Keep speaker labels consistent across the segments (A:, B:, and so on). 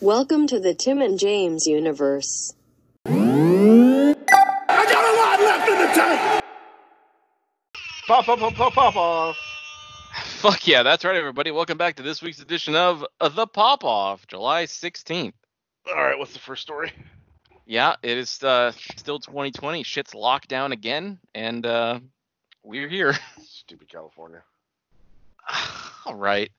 A: Welcome to the Tim and James universe.
B: I got a lot left in the tank.
C: Ba ba ba ba ba ba.
D: Fuck yeah, that's right, everybody. Welcome back to this week's edition of uh, The Pop Off, July 16th.
C: All right, what's the first story?
D: Yeah, it is uh, still 2020. Shit's locked down again, and uh, we're here.
C: Stupid California.
D: all right.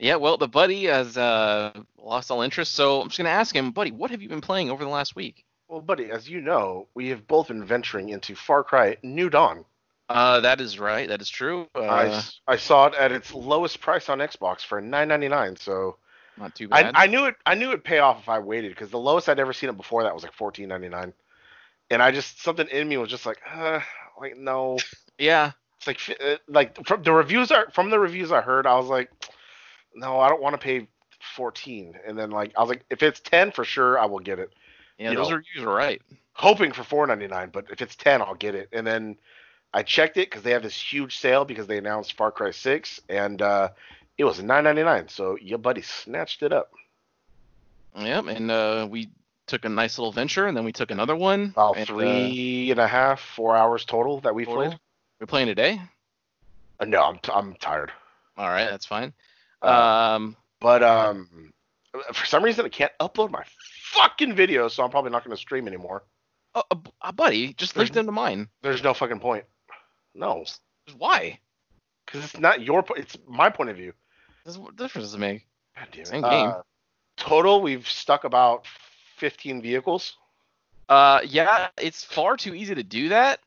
D: Yeah, well, the buddy has uh, lost all interest, so I'm just going to ask him, buddy, what have you been playing over the last week?
C: Well, buddy, as you know, we have both been venturing into Far Cry New Dawn.
D: Uh, that is right. That is true. Uh,
C: I s I I, saw it at its lowest price on Xbox for 9.99, so
D: not too
C: I,
D: bad.
C: I knew it. I knew it'd pay off if I waited because the lowest I'd ever seen it before that was like 14.99, and I just something in me was just like, uh, like no.
D: yeah.
C: It's like fi- uh, like from the reviews are from the reviews I heard, I was like, no, I don't want to pay 14. And then like I was like, if it's 10 for sure, I will get it.
D: Yeah,
C: You
D: those
C: know.
D: reviews are right.
C: hoping for 4.99 but if it's 10 i'll get it and then i checked it because they have this huge sale because they announced far cry 6 and uh, it was 9.99 so your buddy snatched it up
D: Yep, and uh, we took a nice little venture, and then we took another one.
C: about
D: and, uh,
C: three and a half four hours total that we
D: total.
C: played
D: We're playing today.
C: Uh, no i'm, t- I'm tired
D: All right, that's fine.
C: Uh,
D: Um,
C: but um for some reason i can't upload my fucking video so i'm probably not going to stream anymore
D: uh, uh, b- uh, buddy, just
C: There's-
D: linked into mine.
C: there's no fucking point no
D: Just Why?
C: because it's not your point it's my point of view
D: This, what difference does it make?
C: God damn it.
D: Same game.
C: Uh, total, we've stuck about 15 vehicles.
D: Uh, yeah, it's far too easy to do that.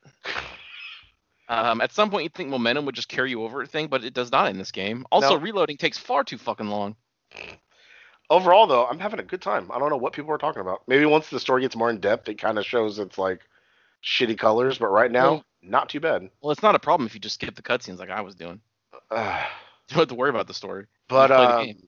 D: Um, at some point, you'd think momentum would just carry you over a thing, but it does not in this game. Also,
C: No.
D: reloading takes far too fucking long.
C: Overall, though, I'm having a good time. I don't know what people are talking about. Maybe once the story gets more in depth, it kind of shows it's like shitty colors, but right now,
D: Well-
C: not too bad.
D: Well, it's not a problem if you just skip the cutscenes like I was doing.
C: Uh,
D: You don't have to worry about the story.
C: but
D: play the
C: um,
D: game.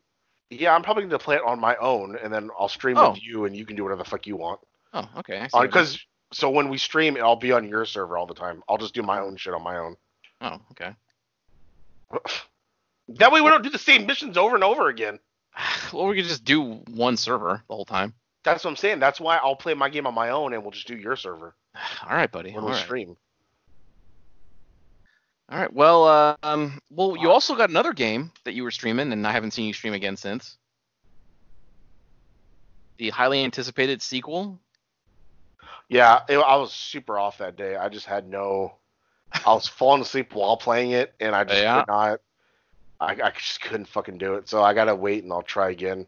C: yeah, I'm probably going to play it on my own, and then I'll stream
D: Oh.
C: with you, and you can do whatever the fuck you want.
D: Oh, okay. I see what it is.
C: Because so when we stream, I'll be on your server all the time. I'll just do my own shit on my own.
D: oh, okay.
C: That way, we don't do the same missions over and over again.
D: Well, we could just do one server the whole time.
C: That's what I'm saying. That's why I'll play my game on my own, and we'll just do your server.
D: All right, buddy.
C: when
D: all
C: we
D: right.
C: stream.
D: All right. Well, uh, um, well, you also got another game that you were streaming, and I haven't seen you stream again since. The highly anticipated sequel.
C: Yeah, it, I was super off that day. I just had no. I was falling asleep while playing it, and I just
D: Yeah.
C: could not. I, I just couldn't fucking do it. So I gotta wait, and I'll try again.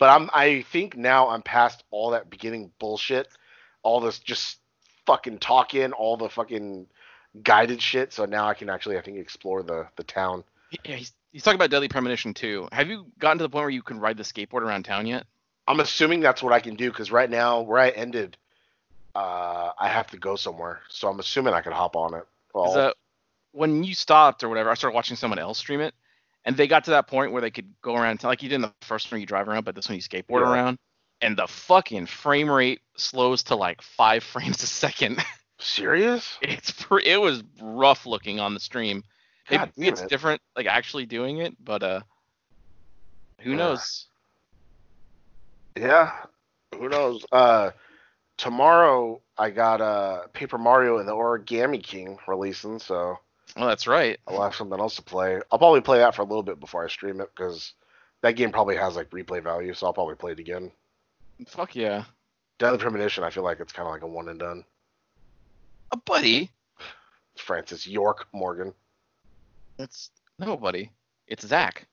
C: But I'm. I think now I'm past all that beginning bullshit, all this just fucking talking, all the fucking guided shit. So now I can actually, I think, explore the the town.
D: Yeah, he's, he's talking about Deadly Premonition 2. Have you gotten to the point where you can ride the skateboard around town yet?
C: I'm assuming that's what I can do because right now where I ended, uh, I have to go somewhere. So I'm assuming I could hop on it.
D: 'Cause,
C: Well,
D: uh, when you stopped or whatever, I started watching someone else stream it, and they got to that point where they could go around town, like you did in the first one, where you drive around, but this one you skateboard
C: Yeah.
D: around, and the fucking frame rate slows to like five frames a second.
C: serious?
D: it's pre- it was rough looking on the stream. Maybe
C: God damn
D: it's
C: it.
D: different, like actually doing it, but uh, who
C: Yeah.
D: knows?
C: Yeah. Who knows? Uh, tomorrow I got uh, Paper Mario and the Origami King releasing, so
D: Well, that's right.
C: I'll have something else to play. I'll probably play that for a little bit before I stream it because that game probably has like replay value, so I'll probably play it again.
D: Fuck yeah,
C: Deadly Premonition, I feel like it's kind of like a one and done.
D: a buddy.
C: Francis York Morgan.
D: That's nobody. It's Zach.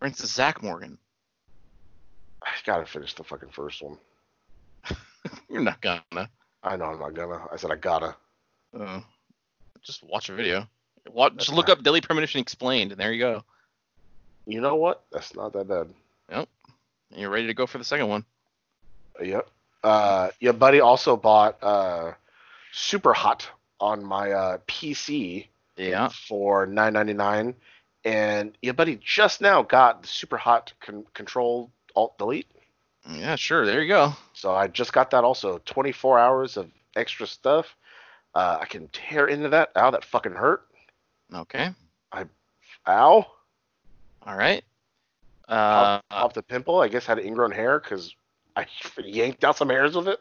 D: For instance, Zach Morgan.
C: I gotta finish the fucking first one.
D: You're not gonna.
C: I know I'm not gonna. I said I gotta.
D: Uh, just watch a video. Watch, just look up Daily Premonition Explained, and there you go.
C: You know what? That's not that bad.
D: And you're ready to go for the second one.
C: Yep. Uh, your buddy also bought uh, Super Hot on my uh, PC
D: Yeah.
C: for nine ninety nine, and your buddy just now got the Super Hot con- Control Alt Delete.
D: Yeah, sure. There you go.
C: So I just got that also. Twenty four hours of extra stuff. Uh, I can tear into that. Ow, that fucking hurt.
D: Okay.
C: Ow.
D: All right. Uh,
C: off, off the pimple. I guess had ingrown hair because I yanked out some hairs with it.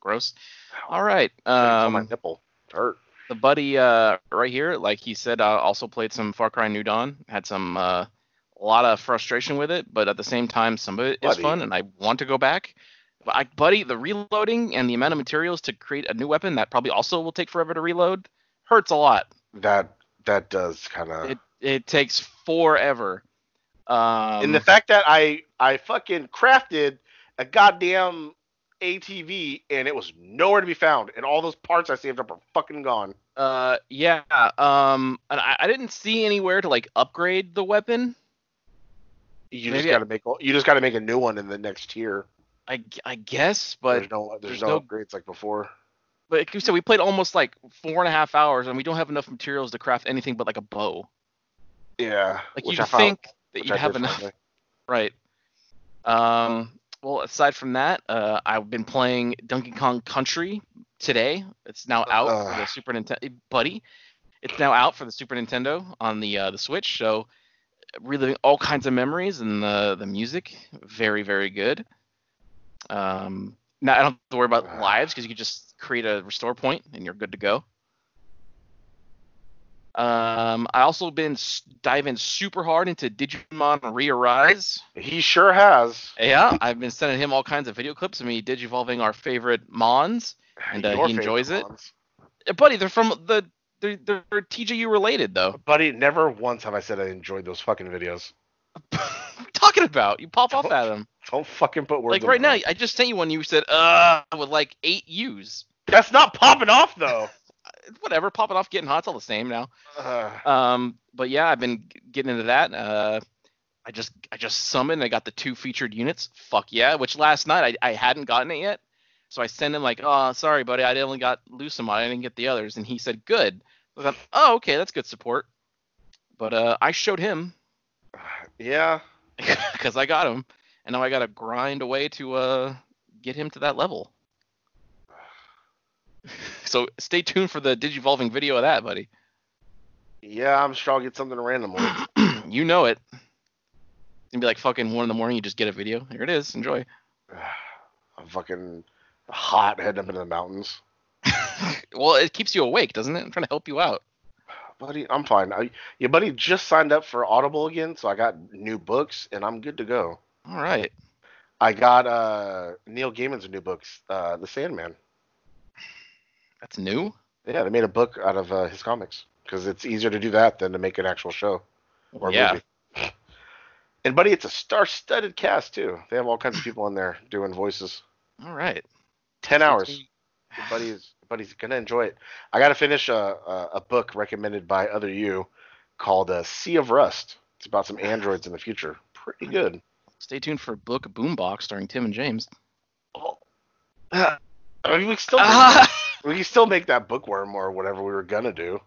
D: gross. All right.
C: It's on my
D: Um,
C: nipple It hurt.
D: the buddy uh, right here, like he said, uh, also played some Far Cry New Dawn. Had some uh, a lot of frustration with it, but at the same time, some of it is
C: Buddy.
D: fun, and I want to go back. But I, buddy, the reloading and the amount of materials to create a new weapon that probably also will take forever to reload hurts a lot.
C: That that does kind of.
D: It it takes forever. Um,
C: and the fact that I I fucking crafted a goddamn ATV and it was nowhere to be found, and all those parts I saved up are fucking gone.
D: Uh, yeah. Um, and I, I didn't see anywhere to like upgrade the weapon.
C: You
D: Maybe
C: just gotta make you just gotta make a new one in the next tier.
D: I, I guess,
C: there's
D: but
C: no there's,
D: there's
C: no,
D: no-
C: upgrades like before.
D: but like you said, we played almost like four and a half hours, and we don't have enough materials to craft anything but like a bow.
C: Yeah,
D: Like
C: which
D: you'd
C: I found-
D: think that
C: which
D: you'd
C: I
D: have
C: did
D: enough,
C: finally.
D: right? Um, well, aside from that, uh, I've been playing Donkey Kong Country today. It's now out for the
C: Uh, Ugh.
D: Super Nintendo, buddy. It's now out for the Super Nintendo on the uh, the Switch. So reliving all kinds of memories and the the music, very very good. Um, now I don't have to worry about
C: Ugh.
D: lives because you can just create a restore point and you're good to go. Um, I also been s- diving super hard into Digimon Rearise.
C: He sure has.
D: Yeah, I've been sending him all kinds of video clips of me digivolving our favorite Mons. And, uh,
C: Your
D: he
C: favorite
D: enjoys it?
C: ones.
D: Uh, Buddy, they're from the they're, they're TJU related though.
C: buddy. Never once have I said I enjoyed those fucking videos.
D: Talking about you pop off at him
C: Don't fucking put words.
D: like
C: in
D: right
C: my
D: now.
C: mouth.
D: I just sent you one. You said uh with like eight U's.
C: That's not popping off though.
D: Whatever, popping off, getting hot's all the same now.
C: Ugh.
D: Um, but yeah, I've been g- getting into that. Uh, I just I just summoned. I got the two featured units. Fuck yeah! Which last night I, I hadn't gotten it yet, so I sent him like, oh sorry buddy, I only got Lucamon. I didn't get the others, and he said good. I thought, oh okay, that's good support. But uh, I showed him
C: yeah.
D: because I got him, and now I gotta grind away to uh get him to that level. so stay tuned for the digivolving video of that, buddy.
C: Yeah, I'm sure I'll get something randomly.
D: you know it. And be like fucking one in the morning, you just get a video. Here it is. Enjoy.
C: I'm fucking hot heading up into the mountains.
D: well, it keeps you awake, doesn't it? I'm trying to help you out.
C: Buddy, I'm fine. I, your buddy just signed up for Audible again, so I got new books and I'm good to go.
D: All right.
C: I got uh, Neil Gaiman's new books, uh, The Sandman.
D: That's new.
C: Yeah, they made a book out of uh, his comics because it's easier to do that than to make an actual show or a
D: yeah.
C: movie. And buddy, it's a star-studded cast too. They have all kinds of people in there doing voices.
D: All right.
C: Ten hours. Your buddy is your buddy's gonna enjoy it. I gotta finish a, a, a book recommended by other you called uh, Sea of Rust. It's about some androids in the future. Pretty good.
D: Stay tuned for Book Boombox starring Tim and James.
C: I mean, we can still make,
D: Ah,
C: we can still make that bookworm or whatever we were gonna do.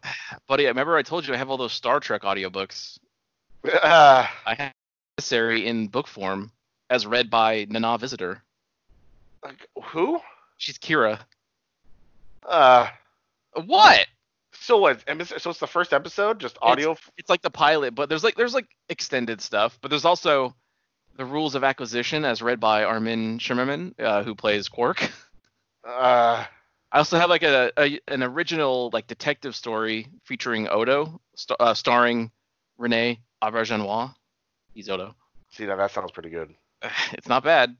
D: buddy, I remember I told you I have all those Star Trek audiobooks.
C: Uh,
D: I have necessary in book form as read by Nana Visitor.
C: like, who?
D: She's Kira.
C: Uh,
D: What?
C: so what? emis- So it's the first episode, just audio.
D: it's like the pilot, but there's like there's like extended stuff, but there's also the rules of acquisition as read by Armin Shimmerman, uh, who plays Quark.
C: Uh,
D: I also have like a, a an original like detective story featuring Odo, st- uh, starring Rene Auberjonois. He's Odo.
C: see now that sounds pretty good.
D: It's not bad.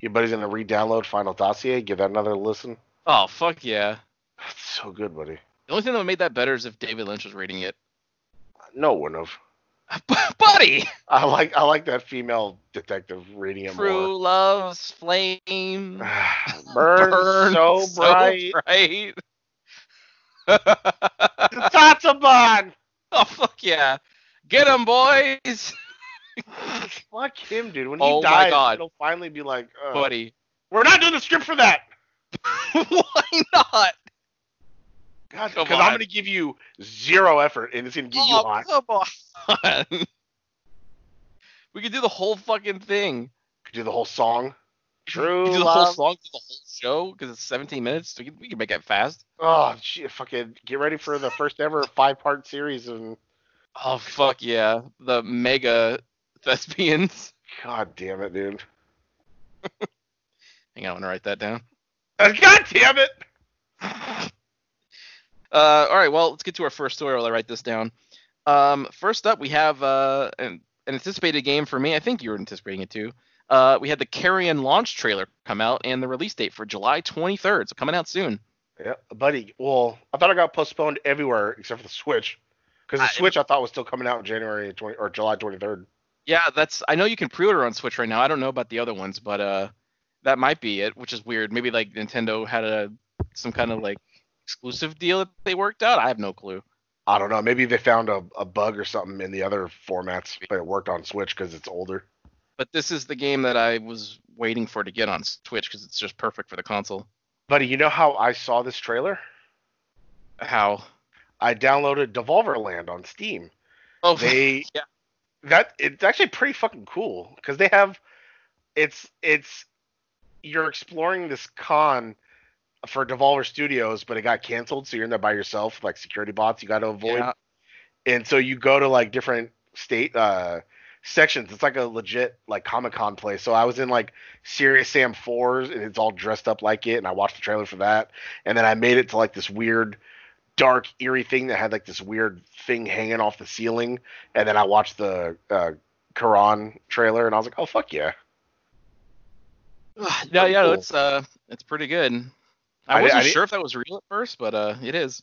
C: Your buddy's gonna re-download Final Dossier. Give that another listen.
D: Oh fuck yeah!
C: That's so good, buddy.
D: The only thing that would make that better is if David Lynch was reading it.
C: No one of.
D: Buddy,
C: I like I like that female detective reading it more.
D: true love's flame.
C: burn,
D: burn
C: so, bright.
D: bright.
C: Tatsuban!
D: Oh fuck yeah! Get 'em, boys,
C: Fuck him, dude. When he
D: Oh my
C: dies,
D: God.
C: he'll finally be like, uh,
D: buddy.
C: we're not doing the script for that.
D: Why not? Come
C: God, because I'm
D: on.
C: gonna give you zero effort, and it's gonna get you
D: Oh,
C: hot.
D: come on. we could do the whole fucking thing.
C: Could do the whole song.
D: We
C: True
D: could do the whole
C: love.
D: song, do the whole show, because it's 17 minutes. We could, we could make it fast.
C: Oh, shit, fucking get ready for the first ever five part series, and
D: Oh fuck yeah, the mega thespians.
C: God damn it, dude.
D: Hang on, I'm gonna write that down.
C: God damn it!
D: Uh, all right, well, let's get to our first story while I write this down. Um, first up, we have uh, an, an anticipated game for me. I think you were anticipating it too. Uh, we had the Carrion launch trailer come out and the release date for July 23rd, so coming out soon.
C: Yeah, buddy. Well, I thought it got postponed everywhere except for the Switch, because the
D: I-
C: Switch I thought was still coming out in January 20 or July 23rd.
D: Yeah, that's. I know you can pre-order on Switch right now. I don't know about the other ones, but uh, that might be it, which is weird. Maybe like Nintendo had a some kind of like exclusive deal that they worked out. I have no clue.
C: I don't know. Maybe they found a, a bug or something in the other formats, but it worked on Switch because it's older.
D: But this is the game that I was waiting for to get on Switch because it's just perfect for the console.
C: Buddy, you know how I saw this trailer?
D: How?
C: I downloaded Devolverland on Steam.
D: Oh,
C: They
D: Yeah.
C: that it's actually pretty fucking cool because they have it's it's you're exploring this con for Devolver Studios, but it got canceled, so you're in there by yourself, like security bots you got to avoid.
D: yeah.
C: and so you go to like different state uh sections it's like a legit like comic-con place so i was in like serious sam 4s and it's all dressed up like it and i watched the trailer for that and then i made it to like this weird dark eerie thing that had like this weird thing hanging off the ceiling and then i watched the uh quran trailer and i was like oh fuck yeah
D: No,
C: pretty
D: yeah,
C: cool.
D: it's uh, it's pretty good.
C: I
D: I,
C: di-
D: wasn't
C: I di-
D: sure if that was real at first, but uh, it is.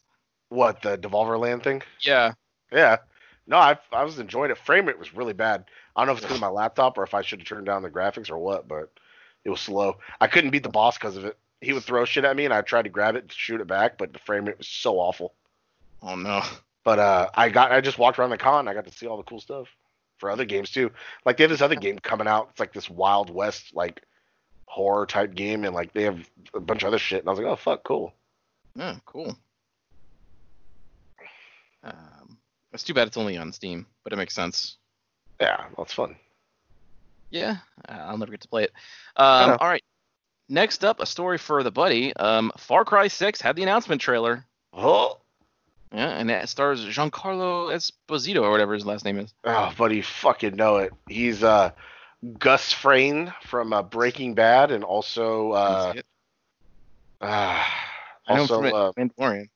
C: what the devolverland thing
D: Yeah.
C: yeah no i i was enjoying it frame rate was really bad i don't know if it's because of my laptop or if i should have turned down the graphics or what but it was slow i couldn't beat the boss because of it he would throw shit at me and i tried to grab it to shoot it back but the frame rate was so awful
D: Oh no.
C: but uh i got i just walked around the con i got to see all the cool stuff for other games too like they have this other game coming out it's like this wild west like horror type game and like they have a bunch of other shit and i was like oh fuck cool
D: Yeah, cool. Um, it's too bad it's only on Steam, but it makes sense.
C: yeah that's fun
D: Yeah, uh, I'll never get to play it.
C: I know.
D: Um, all right. Next up, a story for the buddy. Um, Far Cry 6 had the announcement trailer.
C: oh
D: Yeah, and it stars Giancarlo Esposito or whatever his last name is.
C: Oh, buddy, you fucking know it. He's uh, Gus Frayne from uh, Breaking Bad, and also uh,
D: That's it.
C: uh,
D: I know him
C: also
D: from
C: uh,
D: Mandalorian.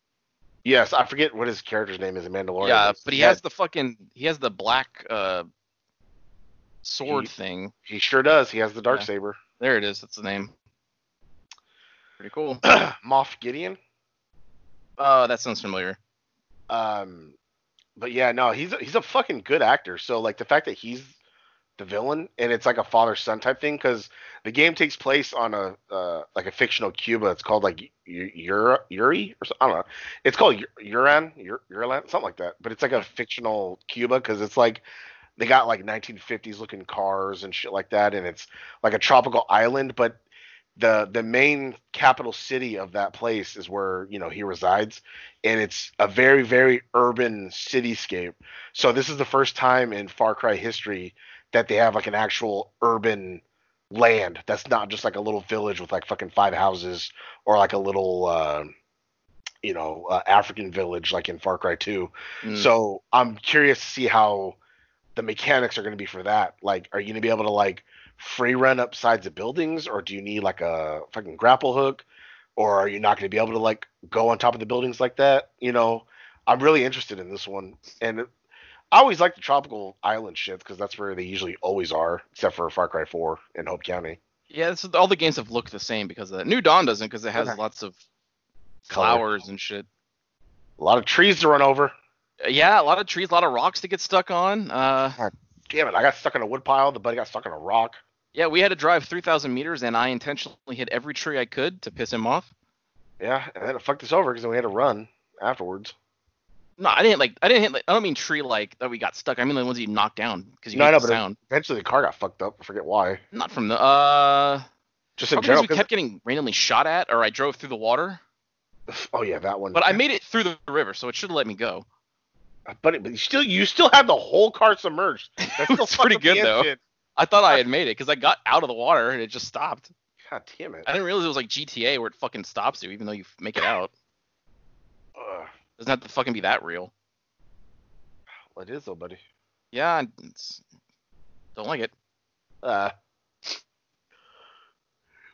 C: yes, I forget what his character's name is in Mandalorian.
D: Yeah, but he has the fucking he has the black uh sword
C: He-
D: thing.
C: he sure does. He has the dark
D: Yeah.
C: saber.
D: There it is. That's the name. Pretty cool.
C: Moff Gideon.
D: Oh, that sounds familiar.
C: Um, but yeah, no, he's a, he's a fucking good actor. So like the fact that he's the villain and it's like a father son type thing because the game takes place on a uh, like a fictional Cuba. It's called like U- Ura- Uri or so, I don't know. It's called U- Uran U- Uran something like that. But it's like a fictional Cuba because it's like they got like 1950s looking cars and shit like that, and it's like a tropical island, but the the main capital city of that place is where you know he resides and it's a very very urban cityscape so this is the first time in far cry history that they have like an actual urban land that's not just like a little village with like fucking five houses or like a little uh, you know uh, african village like in far cry 2
D: Mm.
C: so I'm curious to see how the mechanics are going to be for that. Like, are you going to be able to like free run up sides of buildings, or do you need like a fucking grapple hook, or are you not going to be able to like go on top of the buildings like that? You know, I'm really interested in this one, and it- I always like the tropical island shit because that's where they usually always are, except for Far Cry 4 and Hope County.
D: yeah, this is, all the games have looked the same because of that. New Dawn doesn't because it has
C: Okay.
D: lots of
C: Color.
D: flowers and shit. Uh,
C: A lot of trees to run over.
D: Yeah, a lot of trees, a lot of rocks to get stuck on. Uh,
C: Damn it! I got stuck in a wood pile. The buddy got stuck on a rock.
D: yeah, we had to drive 3,000 meters, and I intentionally hit every tree I could to piss him off.
C: Yeah, and then it fucked us over because then we had to run afterwards.
D: No, I didn't like. I didn't hit. Like, I don't mean tree like that we got stuck. I mean the ones you knocked down because you
C: No,
D: no,
C: I know,
D: the
C: but it-
D: sound.
C: Eventually, the car got fucked up. I forget why.
D: Not from the. Uh,
C: Just
D: probably
C: in
D: 'cause
C: general.
D: we kept getting randomly shot at, or I drove through the water.
C: 'cause- oh yeah, that one.
D: But I made it through the river, so it should have let me go.
C: But, it, but you still, you still had the whole car submerged. That's still
D: was pretty
C: fucked up
D: good,
C: the
D: though.
C: engine.
D: I thought I had made it because I got out of the water and it just stopped.
C: God damn it.
D: I didn't realize it was like GTA where it fucking stops you, even though you f- make it out.
C: Ugh.
D: Doesn't have to fucking be that real.
C: Well, it is though, buddy.
D: Yeah, and it's, don't like it.
C: Uh,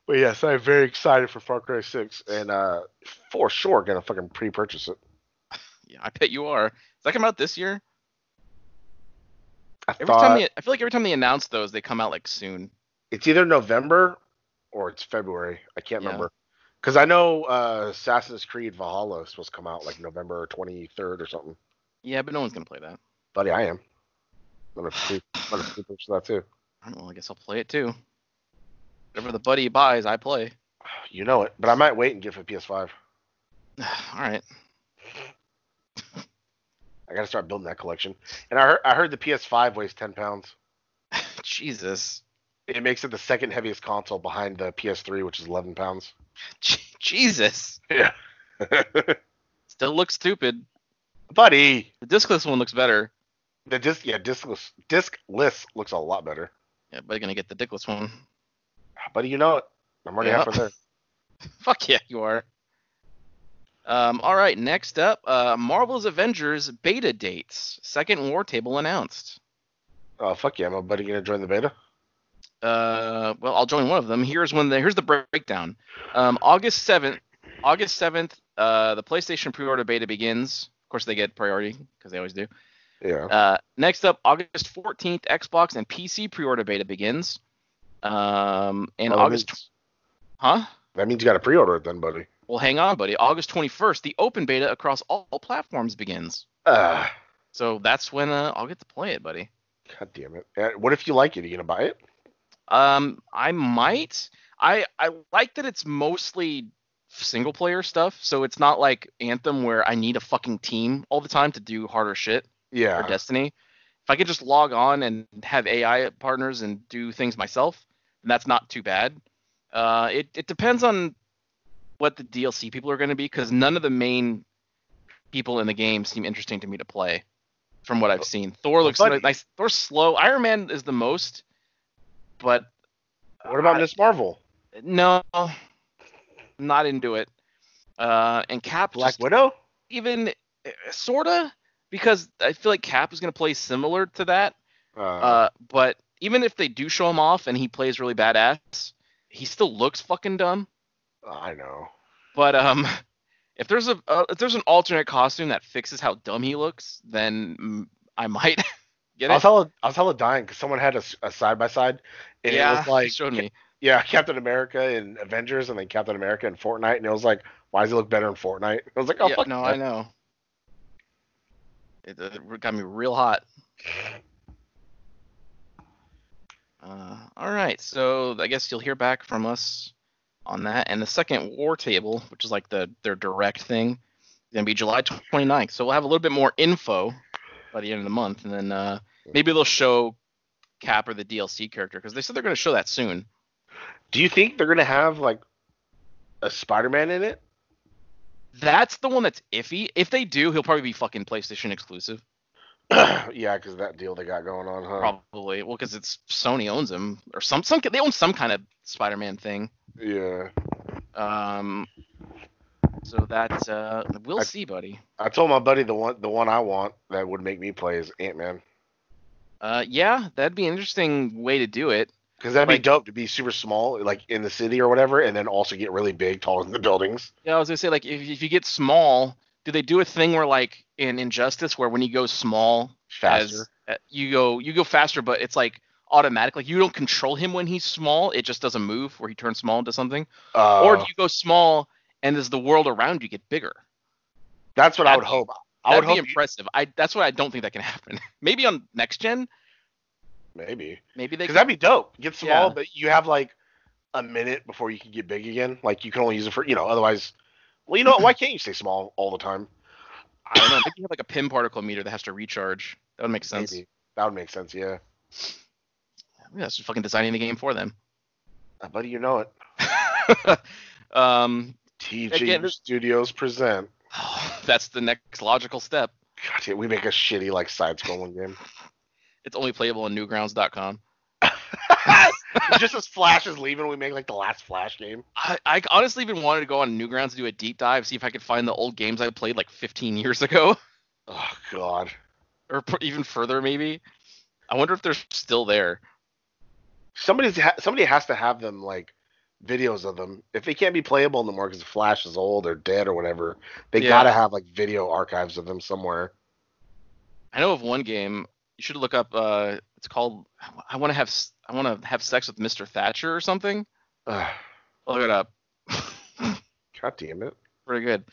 C: but yes, I'm very excited for Far Cry 6, and uh, for sure gonna fucking pre-purchase it.
D: Yeah, I bet you are. Is that come out this year?
C: I
D: Every
C: thought
D: time they, I feel like every time they announce those, they come out like soon.
C: it's either November or it's February. I can't
D: Yeah.
C: remember. Because I know uh, Assassin's Creed Valhalla is supposed to come out like November 23rd or something.
D: Yeah, but no one's gonna play that.
C: Buddy, I am. I'm gonna pre- I'm gonna pre-purchase that too.
D: I don't know. I guess I'll play it too. Whatever the buddy buys, I play.
C: You know it, but I might wait and get it for PS5.
D: All right.
C: I gotta start building that collection. And I heard, I heard the PS5 weighs 10 pounds.
D: Jesus.
C: It makes it the second heaviest console behind the PS3, which is 11 pounds.
D: Je- Jesus.
C: Yeah.
D: Still looks stupid.
C: Buddy,
D: The discless one looks better.
C: the disc yeah discless disc list looks a lot better.
D: Yeah, but I'm gonna get the dickless one.
C: Buddy, you know it. I'm already
D: Yeah.
C: halfway there.
D: Fuck yeah, you are. Um, all right, next up, uh, Marvel's Avengers beta dates. Second war table announced.
C: Oh fuck yeah, my buddy gonna join the beta.
D: Uh, well, I'll join one of them. Here's when the here's the breakdown. Um, August seventh, August seventh, uh, the PlayStation pre-order beta begins. Of course, they get priority because they always do.
C: Yeah.
D: Uh, next up, August 14th, Xbox and PC pre-order beta begins. Um, and
C: Well, that
D: August,
C: means-
D: huh?
C: that means you gotta pre-order it then, buddy.
D: Well, hang on, buddy. August 21st, the open beta across all platforms begins.
C: Uh,
D: So that's when uh, I'll get to play it, buddy.
C: God damn it. Uh, What if you like it? Are you gonna buy it?
D: Um, I might. I I like that it's mostly single player stuff, so it's not like Anthem where I need a fucking team all the time to do harder shit or
C: Yeah.
D: Destiny. If I could just log on and have AI partners and do things myself, then that's not too bad. Uh, it it depends on what the DLC people are going to be because none of the main people in the game seem interesting to me to play, from
C: Oh,
D: what I've seen. Thor looks
C: buddy.
D: nice. Thor's slow. Iron Man is the most, but
C: What about Miss Marvel?
D: no, not into it. Uh, and Cap
C: Black
D: just
C: Widow?
D: even eh, sorta because I feel like Cap is gonna play similar to that.
C: Uh,
D: Uh, but even if they do show him off and he plays really badass, he still looks fucking dumb.
C: I know.
D: But um, if there's a uh, if there's an alternate costume that fixes how dumb he looks, then mm, I might get
C: I
D: it.
C: was hella, I was hella dying because someone had a s- a side by side, and
D: yeah,
C: it was like
D: he showed me.
C: yeah, Captain America and Avengers, and then Captain America and Fortnite, and it was like, why does he look better in Fortnite? I was like, oh
D: yeah,
C: fuck
D: no,
C: that.
D: I know. It, uh got me real hot. Uh, all right, so I guess you'll hear back from us on that. And the second war table, which is like the their direct thing, is gonna be July 29th. So we'll have a little bit more info by the end of the month, and then uh, maybe they'll show Cap or the DLC character because they said they're gonna show that soon.
C: Do you think they're gonna have like a Spider-Man in it?
D: That's the one that's iffy. If they do, he'll probably be fucking PlayStation exclusive.
C: yeah, because that deal they got going on, huh?
D: Probably. Well, because it's Sony owns them or some some they own some kind of Spider-Man thing.
C: Yeah.
D: Um, so that uh, we'll
C: I-
D: see, buddy.
C: I told my buddy the one the one I want that would make me play is Ant Man.
D: Uh, yeah, that'd be an interesting way to do it.
C: Because that'd be
D: Like-
C: dope to be super small, like in the city or whatever, and then also get really big, tall in the buildings.
D: Yeah, I was gonna say like if, if you get small, do they do a thing where like in Injustice where when you go small,
C: Faster.
D: as uh, you go you go faster, but it's like automatic. Like you don't control him when he's small; it just doesn't move, or he turns small into something.
C: Uh,
D: or do you go small and as the world around you get bigger?
C: that's what I would
D: that'd
C: hope. I
D: That'd
C: would
D: be
C: hope you-
D: impressive. I that's what I don't think that can happen. maybe on next gen,
C: maybe
D: maybe they
C: because
D: could,
C: that'd be dope. Get
D: Yeah.
C: small, but you have like a minute before you can get big again. Like you can only use it for you know. Otherwise, well, you know what? Why can't you stay small all the time?
D: I don't know. Maybe you have like a pin particle meter that has to recharge. That would make sense.
C: Maybe that would make sense. Yeah,
D: Yeah, it's just fucking designing the game for them.
C: Uh, buddy, you know it.
D: um,
C: TG
D: Again, this-
C: Studios present.
D: that's the next logical step.
C: God, damn, we make a shitty like side-scrolling game.
D: It's only playable on newgrounds.com.
C: Just as Flash is leaving, we make like the last Flash game.
D: I, I honestly even wanted to go on Newgrounds to do a deep dive, see if I could find the old games I played like 15 years ago.
C: Oh God.
D: or pr- even further maybe. I wonder if they're still there.
C: Somebody's ha- somebody has to have them like videos of them. If they can't be playable anymore because the Flash is old or dead or whatever, they
D: Yeah.
C: gotta have like video archives of them somewhere.
D: I know of one game. You should look up. Uh, it's called. I want to have. s- I want to have sex with Mr. Thatcher or something.
C: Ugh,
D: Look it up.
C: God damn it!
D: Pretty good.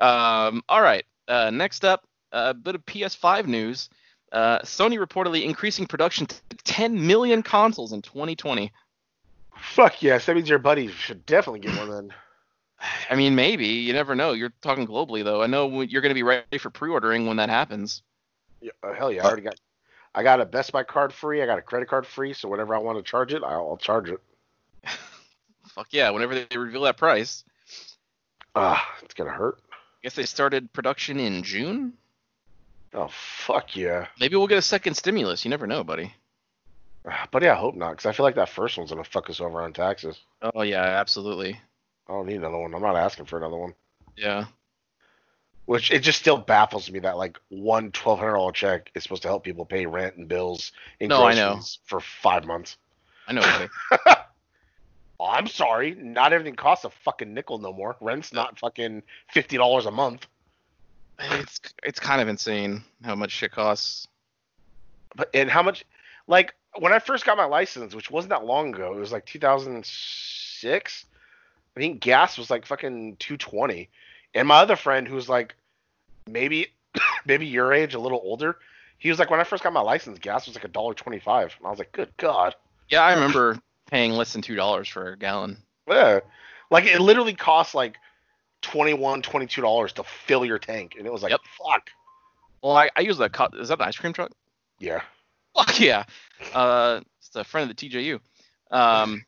D: Um, all right. Uh, next up, a bit of PS5 news. Uh, Sony reportedly increasing production to 10 million consoles in 2020.
C: Fuck yes, that means your buddy should definitely get one then.
D: I mean, maybe you never know. You're talking globally though. I know when- you're going to be ready for pre-ordering when that happens.
C: Yeah, uh, hell yeah, I already got. I got a Best Buy card free. I got a credit card free. So whenever I want to charge it, I'll, I'll charge it.
D: Fuck yeah! Whenever they reveal that price,
C: Ah, it's gonna hurt.
D: I guess they started production in June.
C: Oh fuck yeah.
D: Maybe we'll get a second stimulus. You never know, buddy.
C: Ah, But yeah, I hope not, because I feel like that first one's gonna fuck us over on taxes.
D: Oh yeah, absolutely.
C: I don't need another one. I'm not asking for another one.
D: Yeah.
C: Which it just still baffles me that like one twelve hundred dollar check is supposed to help people pay rent and bills and
D: No, I know.
C: groceries for five months.
D: I know, buddy.
C: Oh, I'm sorry, not everything costs a fucking nickel no more. Rent's not fucking fifty dollars a month.
D: it's it's kind of insane how much shit costs.
C: But and how much? Like when I first got my license, which wasn't that long ago, it was like 2006. I think gas was like fucking 220. And my other friend, who was like maybe maybe your age, a little older, he was like, when I first got my license, gas was like a dollar 25. And I was like, good god,
D: Yeah, I remember paying less than two dollars for a gallon.
C: yeah. Like it literally costs like 21, 22 dollars to fill your tank, and it was like,
D: Yep.
C: fuck,
D: Well, I, I use the co- is that an ice cream truck?
C: yeah.
D: Fuck yeah. Uh, it's a friend of the TJU. Um,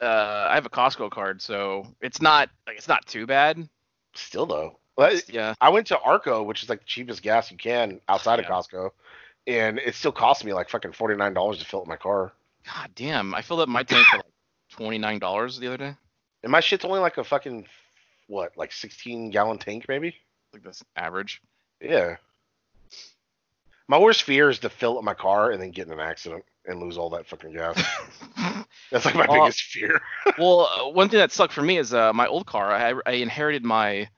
D: uh, I have a Costco card, so it's not like it's not too bad.
C: Still though, But-
D: Yeah.
C: I went to Arco, which is like the cheapest gas you can outside
D: Yeah.
C: of Costco, and it still cost me like fucking forty nine dollars to fill up my car.
D: God damn, I filled up my tank for like twenty nine dollars the other day.
C: And my shit's only like a fucking what, like sixteen gallon tank maybe?
D: Like that's average.
C: Yeah. My worst fear is to fill up my car and then get in an accident and lose all that fucking gas. That's like my
D: Well-
C: biggest fear.
D: well, uh, one thing that sucked for me is uh, my old car. I, I inherited my,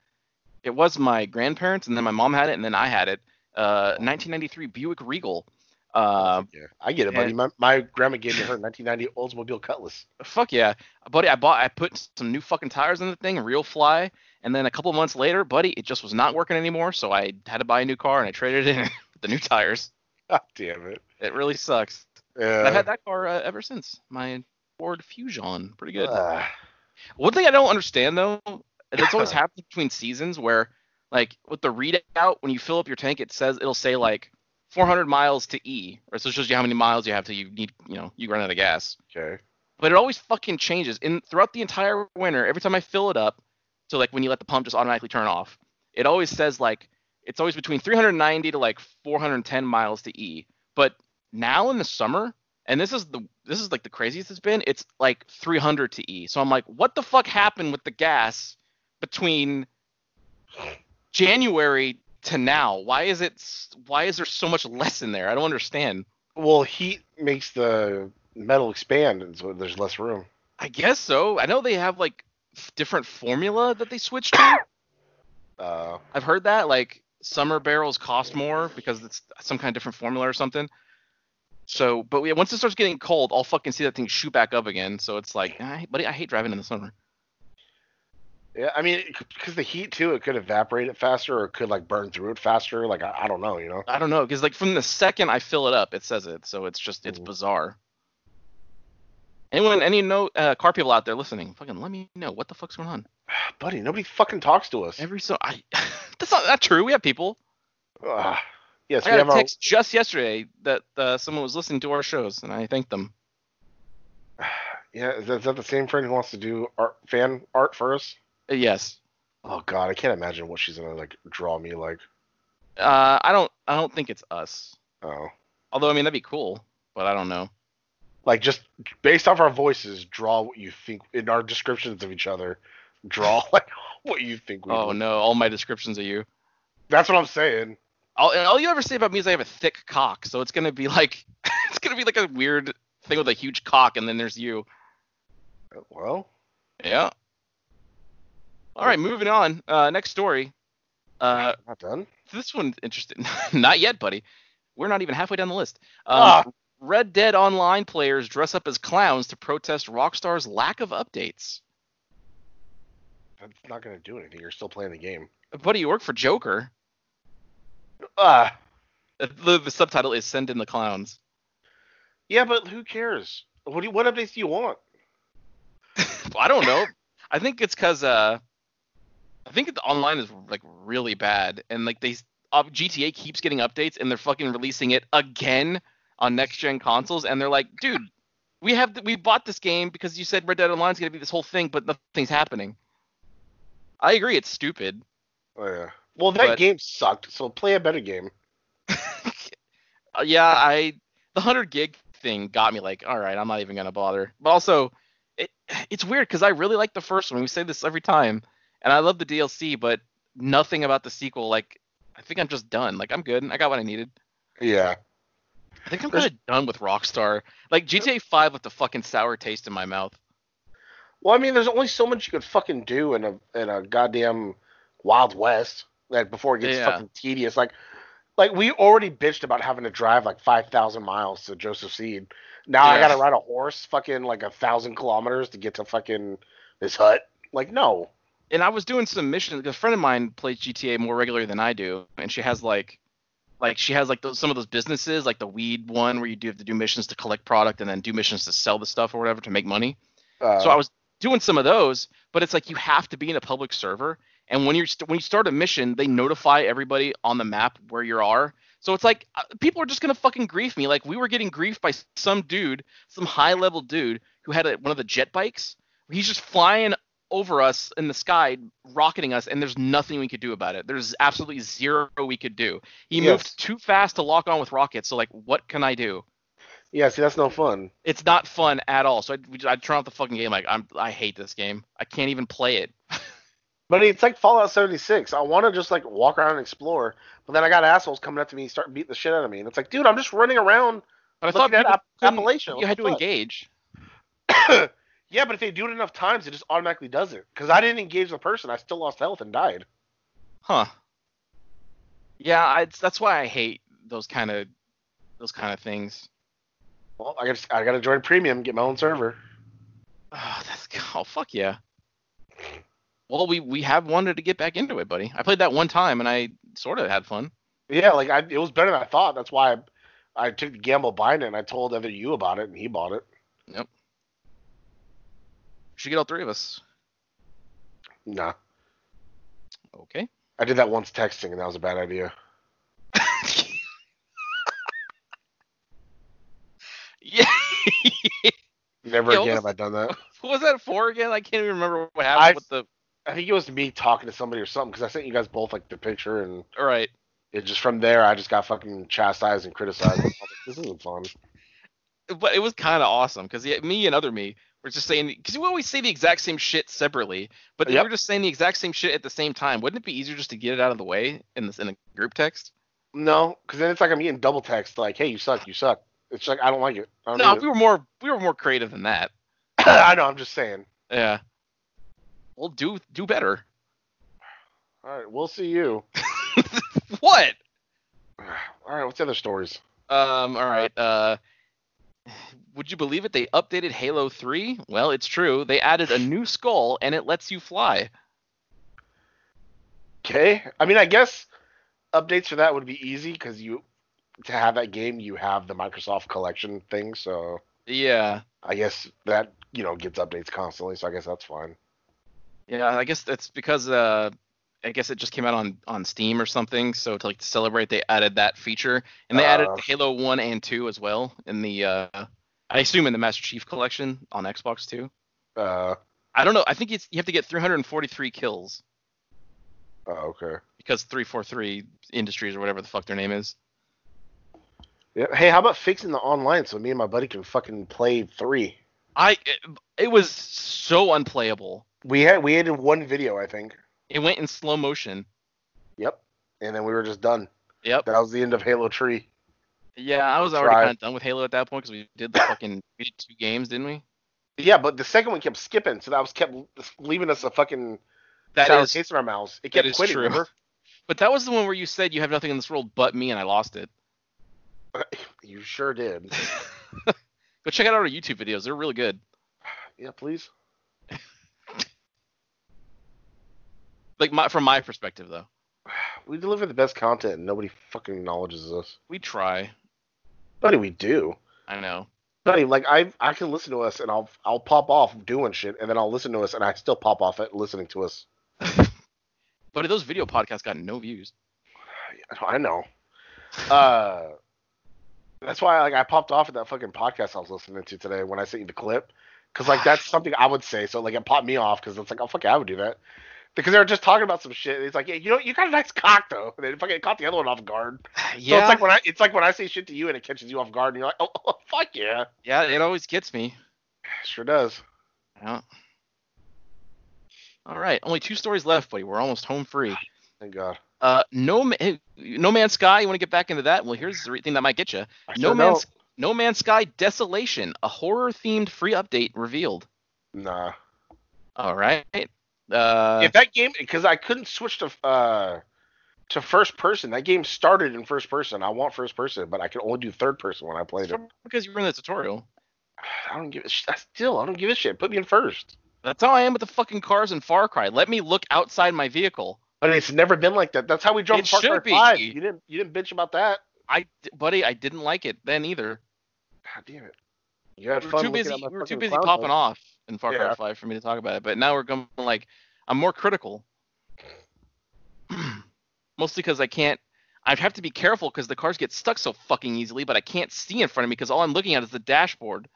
D: it was my grandparents, and then my mom had it, and then I had it. Uh, 1993 Buick Regal. Uh,
C: yeah, I get it, buddy.
D: and-
C: My, my grandma gave me her 1990 Oldsmobile Cutlass.
D: fuck yeah, buddy. I bought, I put some new fucking tires in the thing, real fly, and then a couple months later, buddy, it just was not working anymore. So I had to buy a new car, and I traded it in with the new tires.
C: God damn it.
D: It really sucks.
C: Yeah.
D: I've had that car uh, ever since. My Ford Fusion, pretty good.
C: Ah,
D: One thing I don't understand though, that's always happened between seasons where, like, with the readout when you fill up your tank, it says it'll say like 400 miles to E, or so it shows you how many miles you have till you need, you know, you run out of gas.
C: okay.
D: But it always fucking changes. In throughout the entire winter, every time I fill it up, so like when you let the pump just automatically turn off, it always says like it's always between 390 to like 410 miles to E. But now in the summer, and this is the this is like the craziest it's been. It's like 300 to E. So I'm like, what the fuck happened with the gas between January to now? Why is it? s- Why is there so much less in there? I don't understand.
C: Well, heat makes the metal expand, and so there's less room.
D: I guess so. I know they have like f- different formula that they switched to.
C: Uh,
D: I've heard that like summer barrels cost more because it's some kind of different formula or something. So, but yeah, once it starts getting cold, I'll fucking see that thing shoot back up again. So it's like, I, buddy, I hate driving in the summer.
C: Yeah, I mean, because the heat too, it could evaporate it faster, or it could like burn through it faster. Like I, I don't know, you know.
D: I don't know because like from the second I fill it up, it says it. So it's just it's
C: Mhm.
D: bizarre. Anyone, any no uh, car people out there listening, fucking let me know what the fuck's going on.
C: Ah, Buddy, nobody fucking talks to us.
D: Every so I, that's not that true. We have people.
C: Ugh. yes,
D: I
C: we
D: got
C: have
D: a text just yesterday that uh, someone was listening to our shows, and I thanked them.
C: our. Yeah, is that, is that the same friend who wants to do art fan art for us?
D: Uh, Yes,
C: Oh God, I can't imagine what she's gonna like draw me like.
D: uh, I don't. I don't think it's us.
C: Oh,
D: Although I mean that'd be cool, but I don't know.
C: like just based off our voices, draw what you think in our descriptions of each other. Draw like what you think we.
D: Oh
C: look-
D: no, all my descriptions of you.
C: That's what I'm saying.
D: all, and all you ever say about me is I have a thick cock, so it's gonna be like it's gonna be like a weird thing with a huge cock, and then there's you.
C: Well,
D: Yeah. All right, moving on. Uh, next story. Uh,
C: not done.
D: this one's interesting. not yet, buddy. We're not even halfway down the list. Um, Red Dead Online players dress up as clowns to protest Rockstar's lack of updates.
C: That's not going to do anything. You're still playing the game.
D: Buddy, you work for Joker.
C: Uh,
D: Uh, The, the subtitle is "Send in the Clowns."
C: yeah, but who cares? What do you, what updates do you want?
D: I don't know. I think it's because uh, I think the online is like really bad, and like they uh, GTA keeps getting updates, and they're fucking releasing it again on next gen consoles, and they're like, dude, we have th- we bought this game because you said Red Dead Online's gonna be this whole thing, but nothing's happening. I agree, it's stupid.
C: Oh, yeah. Well, that
D: But-
C: game sucked. So play a better game.
D: Uh, yeah, I the hundred gig thing got me like, all right, I'm not even gonna bother. But also, it it's weird because I really like the first one. We say this every time, and I love the DLC, but nothing about the sequel. Like, I think I'm just done. Like, I'm good. I got what I needed.
C: Yeah.
D: I think I'm kind of done with Rockstar. Like GTA 5 left a fucking sour taste in my mouth.
C: Well, I mean, there's only so much you could fucking do in a in a goddamn Wild West that before it gets
D: Yeah.
C: fucking tedious. Like, like we already bitched about having to drive like five thousand miles to Joseph Seed. Now I
D: Yeah.
C: gotta ride a horse fucking like a thousand kilometers to get to fucking this hut. Like, no.
D: and I was doing some missions. A friend of mine plays GTA more regularly than I do, and she has like, like she has like those, some of those businesses, like the weed one where you do have to do missions to collect product and then do missions to sell the stuff or whatever to make money.
C: Uh,
D: so I was doing some of those, but it's like you have to be in a public server, and when you're st- when you start a mission, they notify everybody on the map where you are. So it's like uh, people are just gonna fucking grief me. Like we were getting griefed by some dude, some high level dude who had a, one of the jet bikes. He's just flying over us in the sky, rocketing us, and there's nothing we could do about it. There's absolutely zero we could do. He
C: Yes.
D: moved too fast to lock on with rockets. So like, what can I do?
C: yeah, see, that's no fun.
D: it's not fun at all. So I, we just- I turn off the fucking game. Like I'm, I hate this game. I can't even play it.
C: But it's like Fallout 76. I want to just like walk around and explore, but then I got assholes coming up to me and start beating the shit out of me, and it's like, dude, I'm just running around.
D: But I
C: Look
D: thought
C: at
D: people
C: App-
D: couldn't-
C: Appalachia.
D: you
C: What
D: had
C: the
D: to
C: fuck?
D: engage.
C: yeah, but if they do it enough times, it just automatically does it. Because I didn't engage the person, I still lost health and died.
D: Huh? Yeah, I, it's- that's why I hate those kind of those kind of things.
C: Well, I got I got to join premium, get my own server.
D: Oh, that's oh fuck yeah. Well, we we have wanted to get back into it, buddy. I played that one time and I sort of had fun.
C: Yeah, like I, it was better than I thought. That's why I, I took the gamble buying it, and I told other you about it, and he bought it.
D: We should get all three of us.
C: Nah,
D: Okay.
C: I did that once texting, and that was a bad idea.
D: yeah.
C: Never
D: Yeah, what
C: again
D: was-
C: have I done that.
D: What was that for again? I can't even remember what
C: I-
D: happened with the.
C: I think it was me talking to somebody or something because I sent you guys both like the picture, and
D: All right.
C: it just from there I just got fucking chastised and criticized. I was like, this isn't fun.
D: but it was kind of awesome because me and other me were just saying because we always say the exact same shit separately, but
C: Yep.
D: we were just saying the exact same shit at the same time. Wouldn't it be easier just to get it out of the way in this in a group text?
C: No, because then it's like I'm getting double text like, "Hey, you suck, you suck." It's like I don't like it. I don't
D: No,
C: need it.
D: we were more we were more creative than that.
C: I know. I'm just saying.
D: Yeah, we'll do do better.
C: All right, we'll see you.
D: what?
C: All right, what's the other stories?
D: Um. All right. Uh. Would you believe it? They updated Halo 3. Well, it's true. They added a new skull and it lets you fly.
C: Okay. I mean, I guess updates for that would be easy because you to have that game, you have the Microsoft Collection thing, so
D: Yeah.
C: I guess that you know gets updates constantly. So I guess that's fine.
D: Yeah, I guess that's because uh, I guess it just came out on on Steam or something. So to like celebrate, they added that feature, and they added
C: Uh.
D: to Halo One and Two as well in the uh, I assume in the Master Chief Collection on Xbox too.
C: Uh,
D: I don't know. I think it's you have to get 343 kills
C: oh, okay.
D: because 343 Industries or whatever the fuck their name is.
C: Yeah. Hey, how about fixing the online so me and my buddy can fucking play three?
D: I it, it was so unplayable.
C: We had we added one video, I think.
D: It went in slow motion.
C: Yep. And then we were just done.
D: Yep.
C: That was the end of Halo Tree.
D: Yeah, I was already
C: Try.
D: kind of done with Halo at that point because we did the fucking we did two games, didn't we?
C: Yeah, but the second one kept skipping, so that was kept leaving us a fucking
D: That
C: sour
D: is-
C: taste in our mouths. It
D: that
C: kept
D: is
C: quitting.
D: true.
C: remember?
D: But that was the one where you said you have nothing in this world but me, and I lost it.
C: You sure did.
D: Go check out our YouTube videos; they're really good.
C: Yeah, please.
D: Like my, from my perspective, though,
C: We deliver the best content, and nobody fucking acknowledges us.
D: we try.
C: Buddy, we do.
D: I know.
C: Buddy, like I, I can listen to us, and I'll, I'll pop off doing shit, and then I'll listen to us, and I still pop off at listening to us.
D: But those video podcasts got no views.
C: I know. Uh, that's why like I popped off at that fucking podcast I was listening to today when I sent you the clip, because like that's something I would say. So like it popped me off because it's like oh fuck yeah, I would do that because they were just talking about some shit. And it's like yeah, you know you got a nice cock though. And it fucking caught the other one off guard. So it's like when I it's like when I say shit to you and it catches you off guard and you're like oh, oh fuck yeah,
D: yeah, it always gets me.
C: sure does.
D: Yeah. All right, only two stories left, buddy. We're almost home free.
C: Thank God.
D: Uh, no, Ma- no Man's Sky. You want to get back into that? Well, here's the re- thing that might get you.
C: I
D: No
C: sure
D: Man's No Man's Sky Desolation, a horror-themed free update revealed.
C: don't. Nah.
D: All right. Uh,
C: if that game because I couldn't switch to uh to first person. That game started in first person. I want first person, but I could only do third person when I played it.
D: because you were in the tutorial.
C: I don't give a shit. Still, I don't give a shit. Put me in first.
D: That's how I am with the fucking cars in Far Cry. Let me look outside my vehicle.
C: But it's never been like that. That's how we drove
D: It
C: Far Cry
D: should be.
C: Five. You didn't. You didn't bitch about that.
D: I, buddy, I didn't like it then either.
C: God damn it. You had
D: We were
C: fun
D: too
C: looking
D: busy.
C: at my
D: We were too
C: fucking
D: busy
C: clown
D: popping
C: face.
D: off in Far Cry
C: Yeah.
D: Five for me to talk about it. But now we're going like, I'm more critical. Mostly because I can't. I have to be careful because the cars get stuck so fucking easily. But I can't see in front of me because all I'm looking at is the dashboard.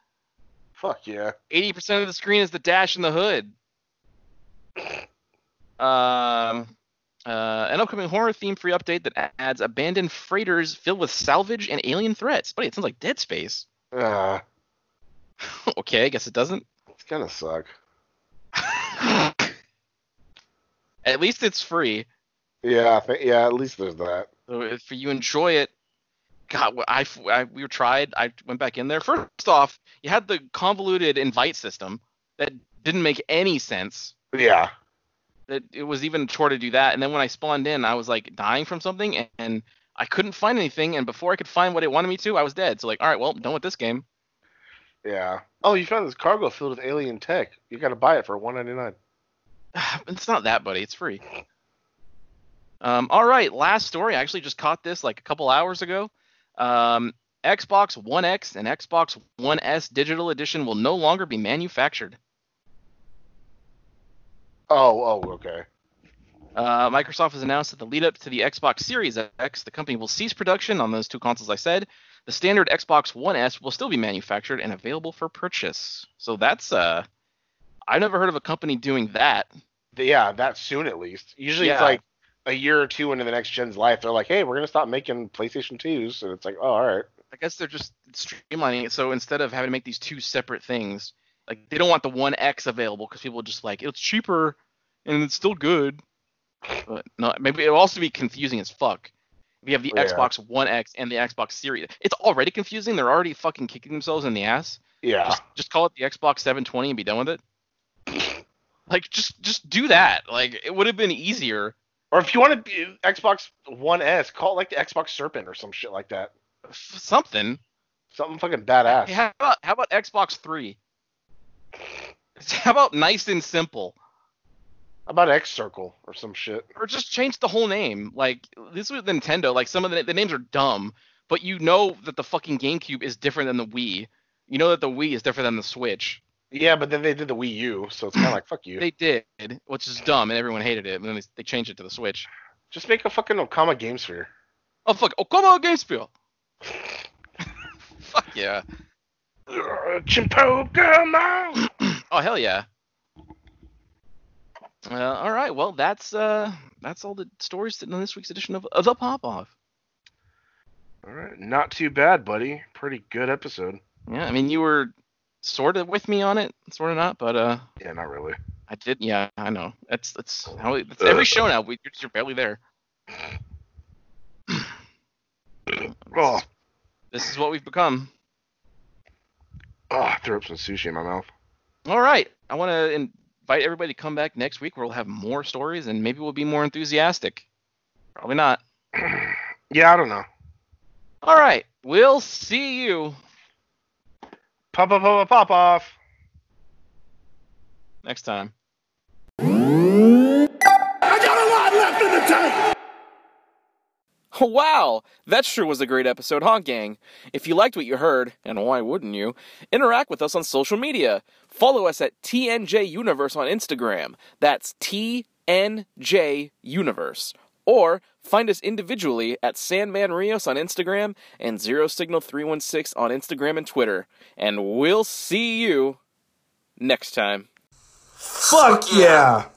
C: Fuck yeah.
D: Eighty percent of the screen is the dash and the hood. Um, uh, an upcoming horror theme free update that adds abandoned freighters filled with salvage and alien threats. Buddy, it sounds like Dead Space.
C: Uh,
D: okay, I guess it doesn't.
C: it's gonna suck.
D: At least it's free.
C: Yeah. I think, yeah. At least there's that.
D: So if you enjoy it, God, wh- I, f- I- we tried. I went back in there. First off, you had the convoluted invite system that didn't make any sense.
C: Yeah.
D: That it was even a chore to do that. And then when I spawned in, I was like dying from something, and, and I couldn't find anything. And before I could find what it wanted me to, I was dead. So like, all right, well, done with this game.
C: Yeah. Oh, you found this cargo filled with alien tech. You gotta buy it for one ninety nine.
D: It's not that, buddy. It's free. Um, all right, last story. I actually just caught this like a couple hours ago. Um, Xbox One X and Xbox One S Digital Edition will no longer be manufactured.
C: Oh. Oh. Okay.
D: Uh, Microsoft has announced that the lead up to the Xbox Series X, the company will cease production on those two consoles I said. The standard Xbox One S will still be manufactured and available for purchase. So that's uh I've never heard of a company doing that.
C: yeah, that soon at least. Usually it's
D: Yeah.
C: like a year or two into the next gen's life. They're like, hey, we're gonna stop making PlayStation twos, and it's like, oh, all right.
D: I guess they're just streamlining it. So instead of having to make these two separate things, like they don't want the one X available because people are just like it's cheaper and it's still good. But no, maybe it'll also be confusing as fuck. If you have the
C: Yeah.
D: Xbox One X and the Xbox Series, it's already confusing. They're already fucking kicking themselves in the ass.
C: Yeah,
D: Just, just call it the Xbox 720 and be done with it. Like just just do that. Like it would have been easier.
C: or if you want to be Xbox One S, call it like the Xbox Serpent or some shit like that.
D: F- something.
C: Something fucking badass.
D: Hey, how about how about Xbox Three? How about nice and simple,
C: How About X Circle or some shit.
D: or just change the whole name? Like this with Nintendo, like some of the, the names are dumb, but you know that the fucking GameCube is different than the Wii. You know that the Wii is different than the Switch.
C: Yeah, but then they did the Wii U, so it's kind of like fuck you.
D: They did, which is dumb, and everyone hated it. And then they, they changed it to the Switch.
C: Just make a fucking Okama Game Sphere.
D: Oh fuck! Oh come on, GameSphere. fuck yeah!
C: Ugh, Chimpogama.
D: Oh hell yeah. Uh, all right, well that's uh that's all the stories in this week's edition of, of the Pop Off.
C: All right, not too bad, buddy. Pretty good episode.
D: Yeah, I mean you were sort of with me on it, sort of not, but uh
C: Yeah, not really.
D: I did. Yeah, I know. That's that's how we, that's every show now. We, you're, you're barely there.
C: Oh,
D: This is what we've become.
C: oh, I threw up some sushi in my mouth.
D: All right. I want to invite everybody to come back next week where we'll have more stories and maybe we'll be more enthusiastic. Probably not.
C: Yeah, I don't know.
D: All right. We'll see you
C: Pop, pop, pop, pop off.
D: next time.
B: I got a lot left in the tank.
D: Wow, that sure was a great episode, huh, gang? If you liked what you heard, and why wouldn't you, interact with us on social media. Follow us at TNJ Universe on Instagram. That's TNJ Universe. Or find us individually at Sandman Rios on Instagram and Zero Signal 316 on Instagram and Twitter. And we'll see you next time.
E: Fuck yeah.